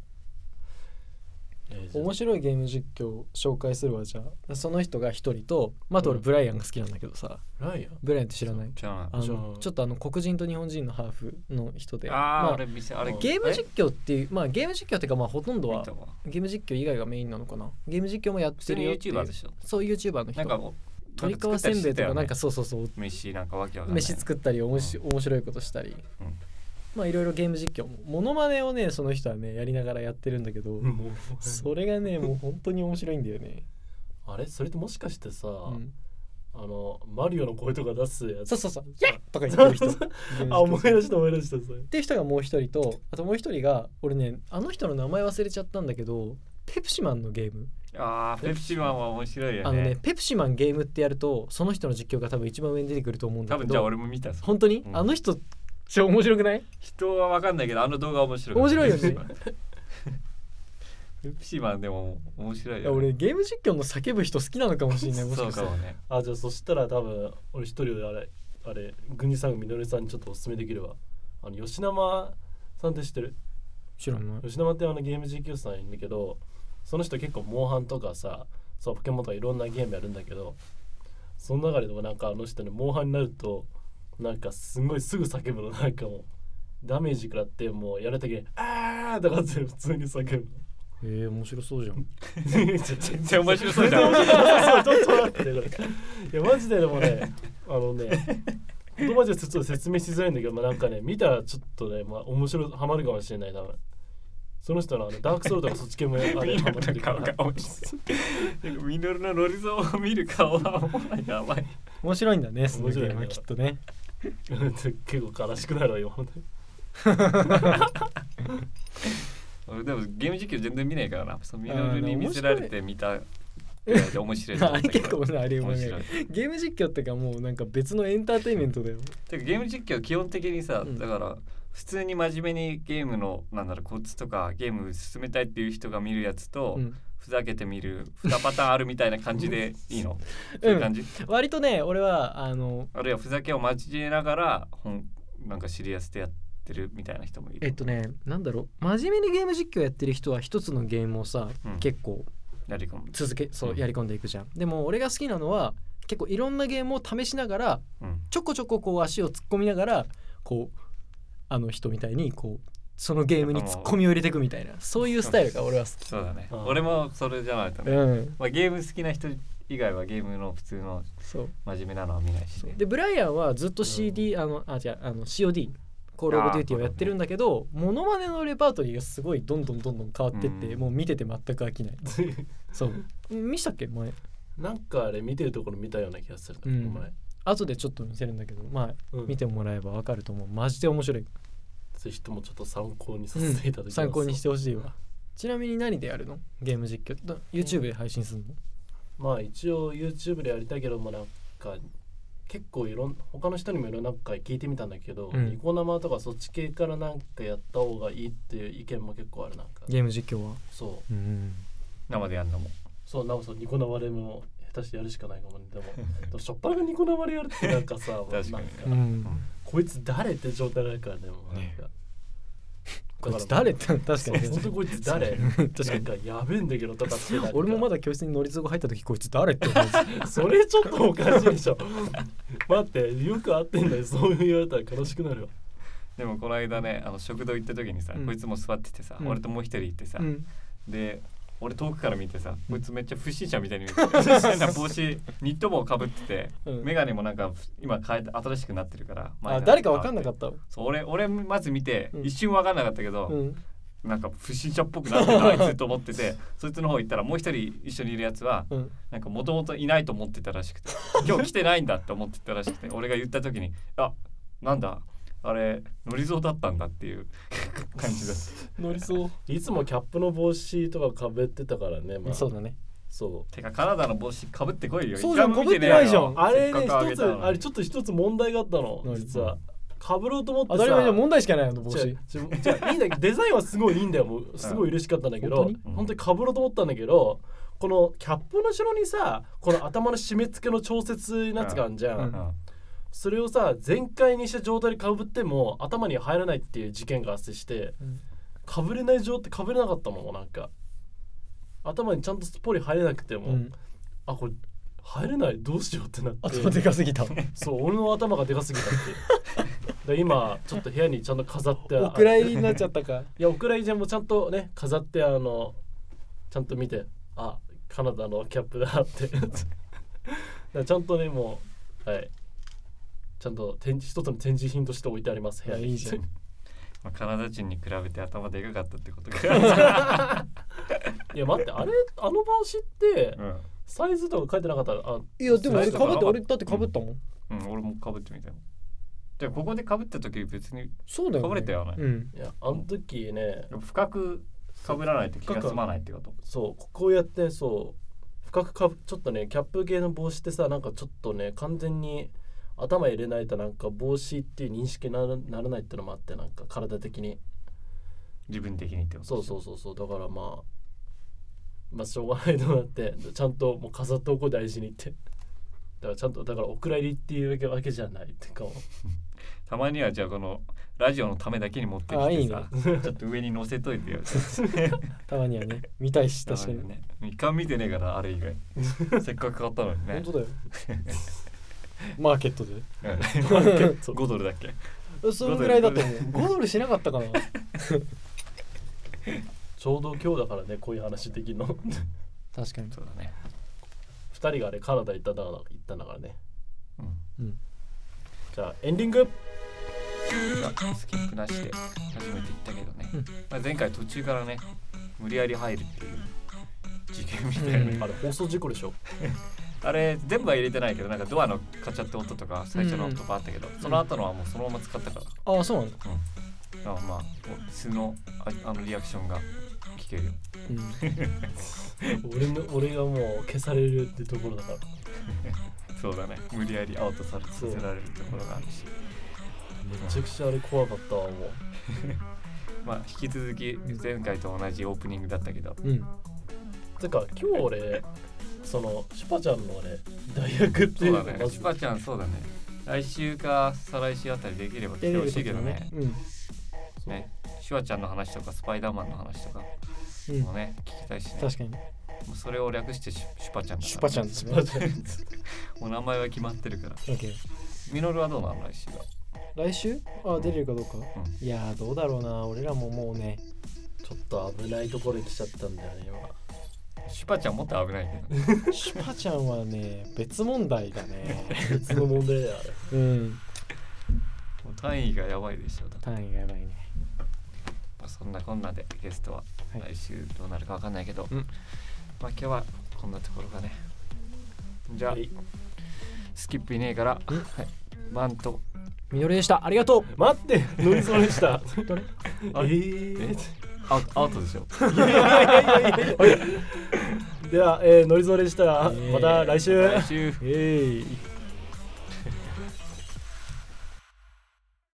Speaker 3: えーじゃあ
Speaker 2: 面白いゲーム実況を紹介するわじゃあその人が一人と、まあ、あと俺
Speaker 3: うん
Speaker 2: ブライアンが好きなんだけどさ、
Speaker 3: ないよ
Speaker 2: ブライアンって知らない
Speaker 1: じゃ
Speaker 2: あ
Speaker 3: じゃ
Speaker 2: の
Speaker 3: あ
Speaker 2: ちょっとあの黒人と日本人のハーフの人で
Speaker 1: あ
Speaker 2: ま
Speaker 1: あー
Speaker 2: あ
Speaker 1: 俺見せあれ
Speaker 2: ゲーム実
Speaker 1: え
Speaker 2: 況っていうまあゲーム実況っていうかまあほとんど
Speaker 1: 見
Speaker 2: は
Speaker 1: たわ
Speaker 2: ゲーム実況以外がメインなのかなゲーム実況もやっ
Speaker 1: 普
Speaker 2: て
Speaker 1: 通
Speaker 2: る
Speaker 1: に
Speaker 2: よっていう
Speaker 1: YouTuber でしょ
Speaker 2: そう YouTuber の人
Speaker 1: なんかお
Speaker 2: 鳥川せんべいとかなんか
Speaker 1: 作ったりしてたよね
Speaker 2: そうそうそう
Speaker 1: 飯なんかわけわかんない
Speaker 2: 飯作ったりおもし面白いことしたり
Speaker 1: うん
Speaker 2: まあいろいろゲーム実況もモノマネをねその人はねやりながらやってるんだけど
Speaker 3: もう
Speaker 2: それがねもう本当に面白いんだよね
Speaker 3: あれそれってもしかしてさ、
Speaker 2: うん
Speaker 3: あのマリオの声とか出すやつ
Speaker 2: そうそうそう「イェイ!」とか言ってる人
Speaker 3: そう
Speaker 2: ゲ
Speaker 1: [LAUGHS]
Speaker 3: そ
Speaker 2: ーム実況
Speaker 3: あ思い出した思い出したそれ
Speaker 2: っていう人がもう一人とあともう一人が俺ねあの人の名前忘れちゃったんだけどペプシマンのゲーム
Speaker 1: ああペプシマンは面白いよね
Speaker 2: あのねペプシマンゲームってやるとその人の実況が多分一番上に出てくると思うんだ
Speaker 1: 多
Speaker 2: けど
Speaker 1: 分じゃあ俺も見たぞ
Speaker 2: 本当に、
Speaker 1: うん
Speaker 2: あの人ちょ面白くない
Speaker 1: 人はわかんないけどあの動画面白い
Speaker 2: 面白いよね
Speaker 1: [LAUGHS] ペプシマンでも面白い
Speaker 2: い
Speaker 1: よ
Speaker 2: や
Speaker 1: ね
Speaker 2: 俺ゲーム実況の叫ぶ人好きなのかもしれないもし
Speaker 1: そう
Speaker 2: かした
Speaker 1: からも
Speaker 2: [LAUGHS]
Speaker 1: ね
Speaker 3: あじゃあそしたら多分俺一人であれあれ軍司さんみのりさんにちょっとおすすめできるわあの吉生さんって知ってる
Speaker 2: 知らない
Speaker 3: 吉生ってあのゲーム実況さんいるんだけどその人結構モンハンとかさそうポケモンとかいろんなゲームやるんだけどその中でもなんかあの人ねモンハンになるとなんかすんごいすぐ叫ぶのなんかもうダメージ食らってもうやるとき「あー!」とかって普通に叫ぶ [LAUGHS]
Speaker 2: えー、面白そうじゃん
Speaker 3: の
Speaker 1: 全然面白
Speaker 3: [LAUGHS]
Speaker 1: そうじゃん
Speaker 3: そうちょっと待ってこれいやマジででもねあのね言葉じゃちょっと説明しづらいんだけど、まあ、なんかね見たらちょっとね、まあ、面白いハマるかもしれない多分その人のあのダークソウルとかそっち系もあれハマ
Speaker 1: ミノル
Speaker 3: って
Speaker 1: の
Speaker 3: るか
Speaker 1: 顔
Speaker 3: ら
Speaker 1: が面白いなんかミノルのノリゾーを見る顔はもうやばい
Speaker 2: 面白いんだねその
Speaker 3: 面
Speaker 2: ゲ
Speaker 3: 白い
Speaker 2: ー
Speaker 3: ね
Speaker 2: ムはきっとね
Speaker 3: 結構悲しくなるわよ本当に
Speaker 1: 俺でもゲーム実況全然見ないからなそのミ
Speaker 2: あ
Speaker 1: ノ
Speaker 2: ー
Speaker 1: ルに見せられて見たぐらいで面白いと思
Speaker 2: [LAUGHS] あ
Speaker 1: っ
Speaker 2: れ
Speaker 1: たけ
Speaker 2: 結
Speaker 1: ど
Speaker 2: 構ねあれうま
Speaker 1: 面
Speaker 2: い
Speaker 1: 白い
Speaker 2: ゲーム実況ってかもうなんか別のエンターテインメントだよ
Speaker 1: てかゲーム実況基本的にさ、
Speaker 2: うん
Speaker 1: だから普通に真面目にゲームのなんだろうコツとかゲーム進めたいっていう人が見るやつと、
Speaker 2: うん
Speaker 1: ふざけて見る2パターンあるみたいな感じ
Speaker 2: [LAUGHS]
Speaker 1: でいいのそういう感じ、
Speaker 2: 割とね俺はあの
Speaker 1: あるいはふざけを交えながら本なんかシリアスでやってるみたいな人もいる
Speaker 2: えっとねなんだろう真面目にゲーム実況やってる人は一つのゲームをさ、
Speaker 1: うん
Speaker 2: 結構
Speaker 1: やり込む
Speaker 2: 続けそううんやり込んでいくじゃん、でも俺が好きなのは結構いろんなゲームを試しながら
Speaker 1: うん
Speaker 2: ちょこちょここう足を突っ込みながらこうあの人みたいにこうそのゲームに突っ込みを入れていくみたいなそういうスタイルが俺は好き
Speaker 1: そうだね
Speaker 3: あー
Speaker 1: 俺もそれじゃないとね、
Speaker 2: うん
Speaker 1: まあ、ゲーム好きな人以外はゲームの普通の
Speaker 2: そう
Speaker 1: 真面目なのは見ないしね
Speaker 2: でブライアンはずっと CD、あのあじゃああの COD コールオブデューティーをやってるんだけどモノマネのレパートリーがすごいどんどんどんどん変わってって、
Speaker 1: うん
Speaker 2: もう見てて全く飽きないそう見したっけ前
Speaker 3: [LAUGHS] なんかあれ見てるところ見たような気がする、
Speaker 2: うん
Speaker 3: お前、
Speaker 2: 後でちょっと見せるんだけどまあ
Speaker 3: うん、
Speaker 2: 見てもらえばわかると思うマジで面白い
Speaker 3: ぜひともちょっと参考にさ
Speaker 2: うん
Speaker 3: せていただきます、
Speaker 2: 参考にしてほしいわちなみに何でやるのゲーム実況ど YouTube で配信するの
Speaker 3: まあ一応 YouTube でやりたいけどもなんか結構いろん他の人にもいろんな回聞いてみたんだけど、
Speaker 2: うん
Speaker 3: ニコ生とかそっち系からなんかやった方がいいっていう意見も結構あるなんか
Speaker 2: ゲーム実況は
Speaker 3: そう
Speaker 2: うん
Speaker 1: 生でやるのも
Speaker 3: そうなんかそうニコ生でも下手してやるしかないかもねでも
Speaker 2: [LAUGHS]
Speaker 3: でもしょっぱながニコ生でやるってなんかさ
Speaker 1: 確かに
Speaker 3: なん
Speaker 2: う
Speaker 3: か
Speaker 2: ん
Speaker 3: こいつ誰って状態になるからねもうなんか、
Speaker 2: こいつ誰って確かに
Speaker 3: 本当こいつ誰
Speaker 2: 確か
Speaker 3: なん
Speaker 2: に
Speaker 3: かやべえんだけどとかってなんか
Speaker 2: [LAUGHS] 俺もまだ教室に乗り継ご入った時こいつ誰って思う
Speaker 3: それちょっとおかしいでしょ待ってよく合ってんだよそう言われたら悲しくなるわ
Speaker 1: でもこの間ねあの食堂行った時にさ、
Speaker 2: うん
Speaker 1: こいつも座っててさ、
Speaker 2: うん
Speaker 1: 俺ともう一人行ってさ、
Speaker 2: [LAUGHS] うん
Speaker 1: で俺遠くから見てさ
Speaker 2: うん
Speaker 1: こいつめっちゃ不審者みたいに見え
Speaker 2: [LAUGHS]
Speaker 1: て変な帽子ニット帽かぶってて、
Speaker 2: うん
Speaker 1: 眼鏡もなんか今変えて新しくなってるから
Speaker 2: あ誰か分かんなかった
Speaker 1: そう俺俺まず見て、
Speaker 2: うん
Speaker 1: 一瞬分かんなかったけど、
Speaker 2: うん
Speaker 1: なんか不審者っぽくなってたあい
Speaker 2: [LAUGHS]
Speaker 1: つと思っててそいつの方行ったらもう一人一緒にいるやつは
Speaker 2: うん
Speaker 1: なんかもともといないと思ってたらしくて今日来てないんだって思ってたらしくて俺が言った時に「あなんだあれノリゾーだったんだ」っていう [LAUGHS] 感じだった
Speaker 2: 乗りそう
Speaker 3: いつもキャップの帽子とかかぶってたからね、まあ、
Speaker 2: そうだね
Speaker 3: そ
Speaker 1: てかカナダの帽子かぶってこいよ
Speaker 2: そうじゃん
Speaker 1: 一回も見え
Speaker 2: 被ってない
Speaker 1: よ
Speaker 3: うあれね
Speaker 1: せっかく
Speaker 3: 一
Speaker 1: げ
Speaker 3: つ
Speaker 1: たのに
Speaker 3: あれちょっと一つ問題があったの
Speaker 2: 何
Speaker 3: 実はかぶろうと思って
Speaker 2: 当
Speaker 3: さ
Speaker 2: たり前じゃん問題しかないあの帽
Speaker 3: 違
Speaker 2: 子
Speaker 3: う違う違ういいんだけどデザインはすごいいいんだよもうすごい嬉しかったんだけど
Speaker 2: 本
Speaker 1: 当に
Speaker 3: 本当にかぶろうと思ったんだけどこのキャップの後ろにさこの頭の締め付けの調節のやつがあるじゃん、
Speaker 2: うん
Speaker 1: うん
Speaker 3: それをさ全開にした状態でかぶっても頭に入らないっていう事件が発生して
Speaker 2: うん
Speaker 3: かぶれない状態かぶれなかったもんなんか頭にちゃんとすっぽり入れなくても、
Speaker 2: うん
Speaker 3: あこれ入れないどうしようってなって
Speaker 2: 頭でかすぎ [LAUGHS] た
Speaker 3: そう俺の頭がでかすぎ
Speaker 2: [LAUGHS]
Speaker 3: たってで今ちょっと部屋にちゃんと飾って
Speaker 2: お蔵
Speaker 3: い
Speaker 2: 入りになっちゃったか
Speaker 3: やお蔵入りじゃんもうちゃんとね飾ってあのちゃんと見てあカナダのキャップだってだからちゃんとねもうはいちゃんと展示一つの展示品として置いてあります部屋
Speaker 2: [LAUGHS] い
Speaker 3: に
Speaker 2: やいいじゃん
Speaker 1: まあ、カナダ人に比べて頭でかかったってこと
Speaker 2: [LAUGHS]
Speaker 1: か、
Speaker 3: いや待ってあれあの帽子って
Speaker 1: うん
Speaker 3: サイズとか書いてなかったあ
Speaker 2: いやでも俺かぶって
Speaker 1: そう
Speaker 2: 俺だってかぶったもん
Speaker 1: うん、俺もかぶってみたいなでここでかぶった時別に
Speaker 2: そうだよね
Speaker 1: 被れたよね
Speaker 2: うん
Speaker 3: いやあの時ね
Speaker 1: 深くかぶらないと気が済まないってこと
Speaker 3: そうここをやってそう深くかぶちょっとねキャップ系の帽子ってさなんかちょっとね完全に頭入れないとなんか帽子っていう認識にならならないってのもあってなんか体的に
Speaker 1: 自分的にってこと
Speaker 3: そうそうそうそうだからまあまあしょうがないとなってちゃんともう飾っておこう大事にってだからちゃんとだからお蔵入りっていうわけわけじゃないってか
Speaker 1: たまにはじゃあこのラジオのためだけに持って
Speaker 2: あ
Speaker 1: き
Speaker 2: い
Speaker 1: て
Speaker 2: い
Speaker 1: さちょっと上に乗せといてよ
Speaker 2: たま
Speaker 1: [LAUGHS]
Speaker 2: にはね見たいし [LAUGHS] 確かに
Speaker 1: たまね一回見てねえからあれ以
Speaker 2: [LAUGHS]
Speaker 1: 外せっかく買ったのにね
Speaker 2: 本当だ
Speaker 1: [LAUGHS]
Speaker 2: よマーケットで [LAUGHS]
Speaker 1: うん5ドルだっ [LAUGHS] け
Speaker 2: そのぐらいだと思う5ドルしなかったかな
Speaker 3: ちょうど今日だからねこういう話できるの2
Speaker 2: 確かに
Speaker 1: そうだね、
Speaker 3: 人がねカナダ行ったんだから行ったんだからね
Speaker 1: うん
Speaker 2: うん
Speaker 3: じゃあエンディング
Speaker 1: スキップなしで初めて行ったけどね、
Speaker 2: うん
Speaker 1: まあ、前回途中からね無理やり入るっていう事件みたいな、
Speaker 2: うん
Speaker 3: あれ放送事故でしょ
Speaker 1: あれ全部は入れてないけどなんかドアのカチャって音とか最初の音とかあったけど、その後のはもうそのまま使ったから、
Speaker 2: ああそうなんだ、
Speaker 1: だからまあ素のああのリアクションが聞けるよ
Speaker 2: うん、
Speaker 3: 俺の俺がもう消されるってところだから
Speaker 1: そうだね無理やりアウトされさせられるところがあるし
Speaker 3: めちゃくちゃあれ怖かったわもう
Speaker 1: まあ引き続き前回と同じオープニングだったけど
Speaker 2: うん、
Speaker 3: てか今日俺そのシュパちゃんのね大学ってい
Speaker 1: そうう
Speaker 3: の
Speaker 1: だ
Speaker 3: を
Speaker 1: ね
Speaker 3: まず
Speaker 1: スパちゃんそうだね来週か再来週あたりできれば来てほしいけどね
Speaker 2: うん
Speaker 3: そう
Speaker 1: ねシュワちゃんの話とかスパイダーマンの話とか
Speaker 2: うん
Speaker 1: もね聞きたいしね
Speaker 2: 確かに
Speaker 1: もうそれを略してシュシュパちゃんだから
Speaker 2: シュパちゃんです
Speaker 3: シ
Speaker 2: ね
Speaker 3: ュパちゃん
Speaker 1: もう名前は決まってるから
Speaker 2: オッケー
Speaker 1: ミノルはどうなの来週は
Speaker 2: 来週あ出れるかどうか、
Speaker 1: う
Speaker 2: いやーどうだろうな俺らももうね
Speaker 3: ちょっと危ないところに来ちゃったんだよね今
Speaker 1: シュパちゃんもっと危ないけど
Speaker 2: シュパちゃんはね別問題だ
Speaker 1: [LAUGHS]
Speaker 2: ね
Speaker 3: 別の問題だよあれ
Speaker 2: うん
Speaker 1: もう単位がやばいでしょだって
Speaker 2: 単位がやばいね
Speaker 1: まあそんなこんなでゲストは
Speaker 2: はい
Speaker 1: 来週どうなるかわかんないけど、
Speaker 2: うん
Speaker 1: まあ今日はこんなところかねじゃあ、
Speaker 3: はい
Speaker 1: スキップいねえから、
Speaker 2: うん
Speaker 1: はい、バント
Speaker 2: みのりでしたありがとう
Speaker 3: 待って乗りそうで [LAUGHS] した
Speaker 2: どれ
Speaker 3: え
Speaker 1: あれ
Speaker 3: ー
Speaker 1: アウトアウトでしょ
Speaker 3: い [LAUGHS] やいやいやいやいやでは、えー、乗りそうでした、
Speaker 2: えー
Speaker 3: また来週
Speaker 1: 来週
Speaker 2: えい